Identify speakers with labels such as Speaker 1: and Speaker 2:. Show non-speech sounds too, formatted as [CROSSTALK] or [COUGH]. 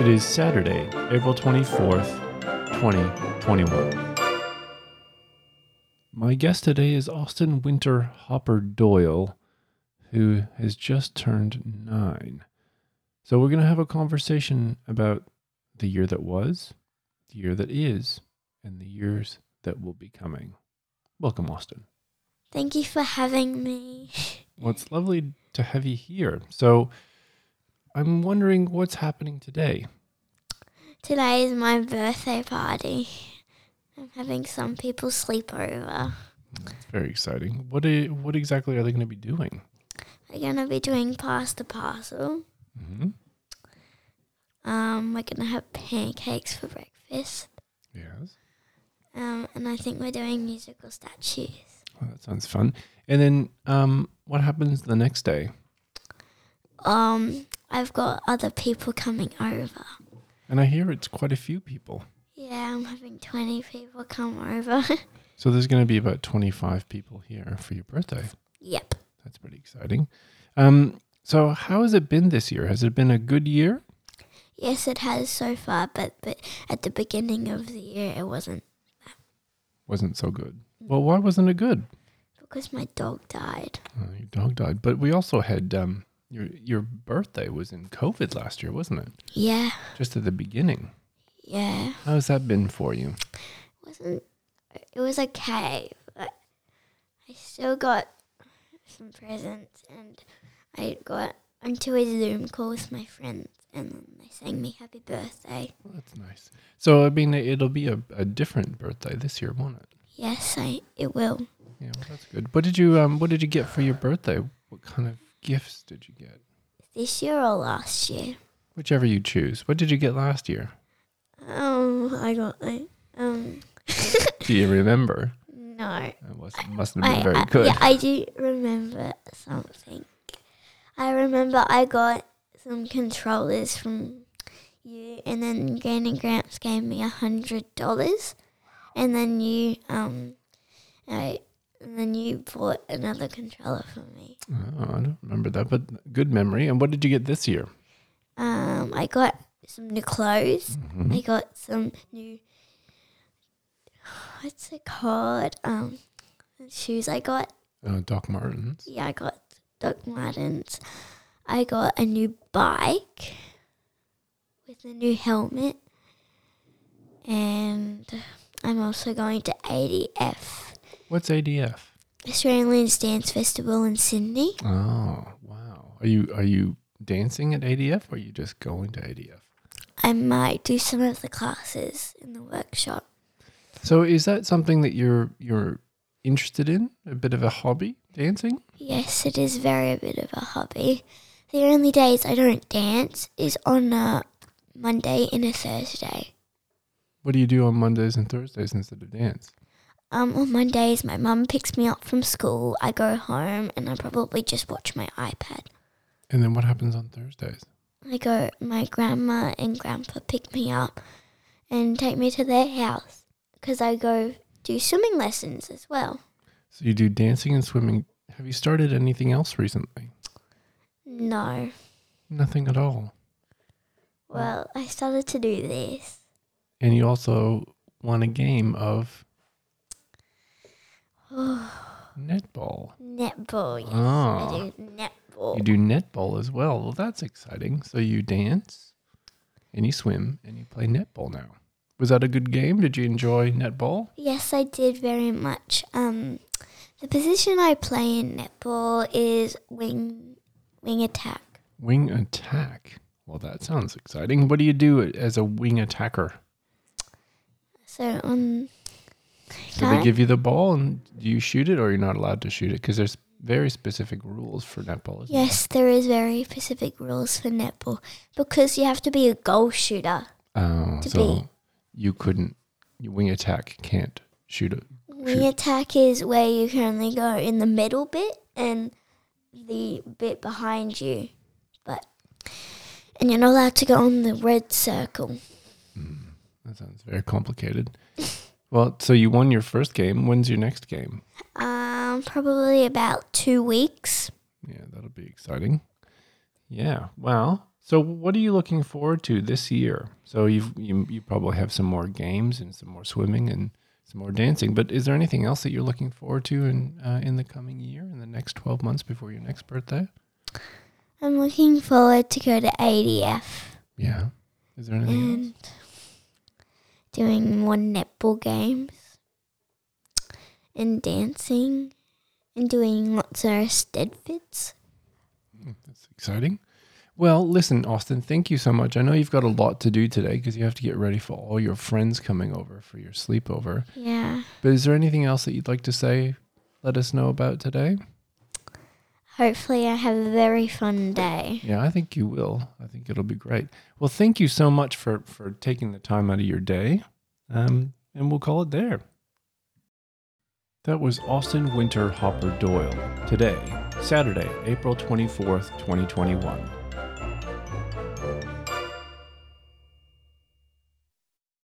Speaker 1: It is Saturday, April 24th, 2021. My guest today is Austin Winter Hopper Doyle, who has just turned nine. So, we're going to have a conversation about the year that was, the year that is, and the years that will be coming. Welcome, Austin.
Speaker 2: Thank you for having me.
Speaker 1: Well, it's lovely to have you here. So, I'm wondering what's happening today.
Speaker 2: Today is my birthday party. I'm having some people sleep over.
Speaker 1: It's very exciting. What i- what exactly are they going to be doing?
Speaker 2: We're gonna be doing pasta parcel.
Speaker 1: Mm-hmm.
Speaker 2: Um, we're gonna have pancakes for breakfast.
Speaker 1: Yes,
Speaker 2: Um, and I think we're doing musical statues.
Speaker 1: well, that sounds fun. And then, um, what happens the next day?
Speaker 2: Um, I've got other people coming over.
Speaker 1: And I hear it's quite a few people.
Speaker 2: Yeah, I'm having 20 people come over. [LAUGHS]
Speaker 1: So there's going to be about 25 people here for your birthday.
Speaker 2: yep.
Speaker 1: That's pretty exciting. Um, so how has it been this year? Has it been a good year?
Speaker 2: Yes, it has so far, but, but at the beginning of the year it wasn't
Speaker 1: Wasn't so good. Well, why wasn't it good?
Speaker 2: because my dog died.
Speaker 1: Uh, your dog died, but we also had um, your your birthday was in COVID last year, wasn't it?
Speaker 2: Yeah,
Speaker 1: Just at the beginning.
Speaker 2: yeah.
Speaker 1: How has that been for you?
Speaker 2: wasn't it was okay but i still got some presents and i got onto a zoom call with my friends and then they sang me happy birthday
Speaker 1: Well, that's nice. So I mean, it'll be a, a different birthday this year, won't it?
Speaker 2: yes i it will
Speaker 1: Yeah, well, that's good. What did you um What did you get for your birthday? What kind of gifts did you get?
Speaker 2: this year or last year
Speaker 1: Whichever you choose. What did you get last year?
Speaker 2: um i got like um
Speaker 1: Do you remember?
Speaker 2: no
Speaker 1: It wasn't, mustn't have
Speaker 2: I,
Speaker 1: been very
Speaker 2: I-
Speaker 1: good.
Speaker 2: yeah i do remember something i remember i got some controllers from you and then granny gramps gave me a hundred dollars and then you um I, and then you bought another controller for me
Speaker 1: Oh, I don't remember that, but good memory. And what did you get this year?
Speaker 2: um i got some new clothes
Speaker 1: Mm-hmm.
Speaker 2: i got some new what's it called um shoes i got
Speaker 1: Uh, Doc Martens.
Speaker 2: Yeah, I got Doc Martens. I got a new bike with a new helmet. And I'm also going to ADF,
Speaker 1: What's ADF?
Speaker 2: Australian Dance Festival in Sydney.
Speaker 1: Oh, wow. Are you are you dancing at ADF or are you just going to ADF?
Speaker 2: I might do some of the classes in the workshop.
Speaker 1: So is that something that you're you're interested in? A bit of a hobby, dancing?
Speaker 2: Yes, it is very a bit of a hobby. The only days I don't dance is on a Monday and a Thursday.
Speaker 1: What do you do on Mondays and Thursdays instead of dance?
Speaker 2: Um, on Mondays, my mum picks me up from school. I go home and I probably just watch my iPad.
Speaker 1: And then what happens on Thursdays?
Speaker 2: I go, my grandma and grandpa pick me up and take me to their house because I go do swimming lessons as well.
Speaker 1: So you do dancing and swimming. Have you started anything else recently?
Speaker 2: No.
Speaker 1: Nothing at all.
Speaker 2: Well, I started to do this.
Speaker 1: And you also won a game of netball.
Speaker 2: Netball, yes.
Speaker 1: Ah.
Speaker 2: I do netball.
Speaker 1: You do netball as well. Well, that's exciting. So you dance and you swim and you play netball now. Was that a good game? Did you enjoy netball?
Speaker 2: Yes, I did very much. Um, the position I play in netball is wing, wing attack.
Speaker 1: Wing attack. Well, that sounds exciting. What do you do as a wing attacker?
Speaker 2: So um,
Speaker 1: Do they give you the ball and do you shoot it or you're not allowed to shoot it? Because there's very specific rules for netball. Isn't
Speaker 2: yes, there is very specific rules for netball because you have to be a goal shooter.
Speaker 1: There? Oh,
Speaker 2: To
Speaker 1: so
Speaker 2: be.
Speaker 1: you couldn't, your wing attack can't shoot it.
Speaker 2: Wing attack is where you can only go in the middle bit and the bit behind you, but and you're not allowed to go on the red circle.
Speaker 1: That sounds very
Speaker 2: [LAUGHS]
Speaker 1: complicated. well, so you won your first game. When's your next game?
Speaker 2: Um, probably about two weeks.
Speaker 1: Yeah, that'll be exciting. Yeah. Wow. So, what are you looking forward to this year? So, you've, you you probably have some more games and some more swimming and some more dancing. But is there anything else that you're looking forward to in uh, in the coming year, in the next twelve months before your next birthday?
Speaker 2: I'm looking forward to go to ADF
Speaker 1: Yeah. Is there anything else?
Speaker 2: and doing more netball games and dancing and doing lots of stead fits.
Speaker 1: That's exciting. Well, listen, Austin, thank you so much. I know you've got a lot to do today because you have to get ready for all your friends coming over for your sleepover.
Speaker 2: Yeah.
Speaker 1: But is there anything else that you'd like to say, let us know about today?
Speaker 2: Hopefully, I have a very fun day.
Speaker 1: Yeah, I think you will. I think it'll be great. Well, thank you so much for, for taking the time out of your day. Um, and we'll call it there. That was Austin Winter Hopper Doyle today, Saturday, April 24th, 2021.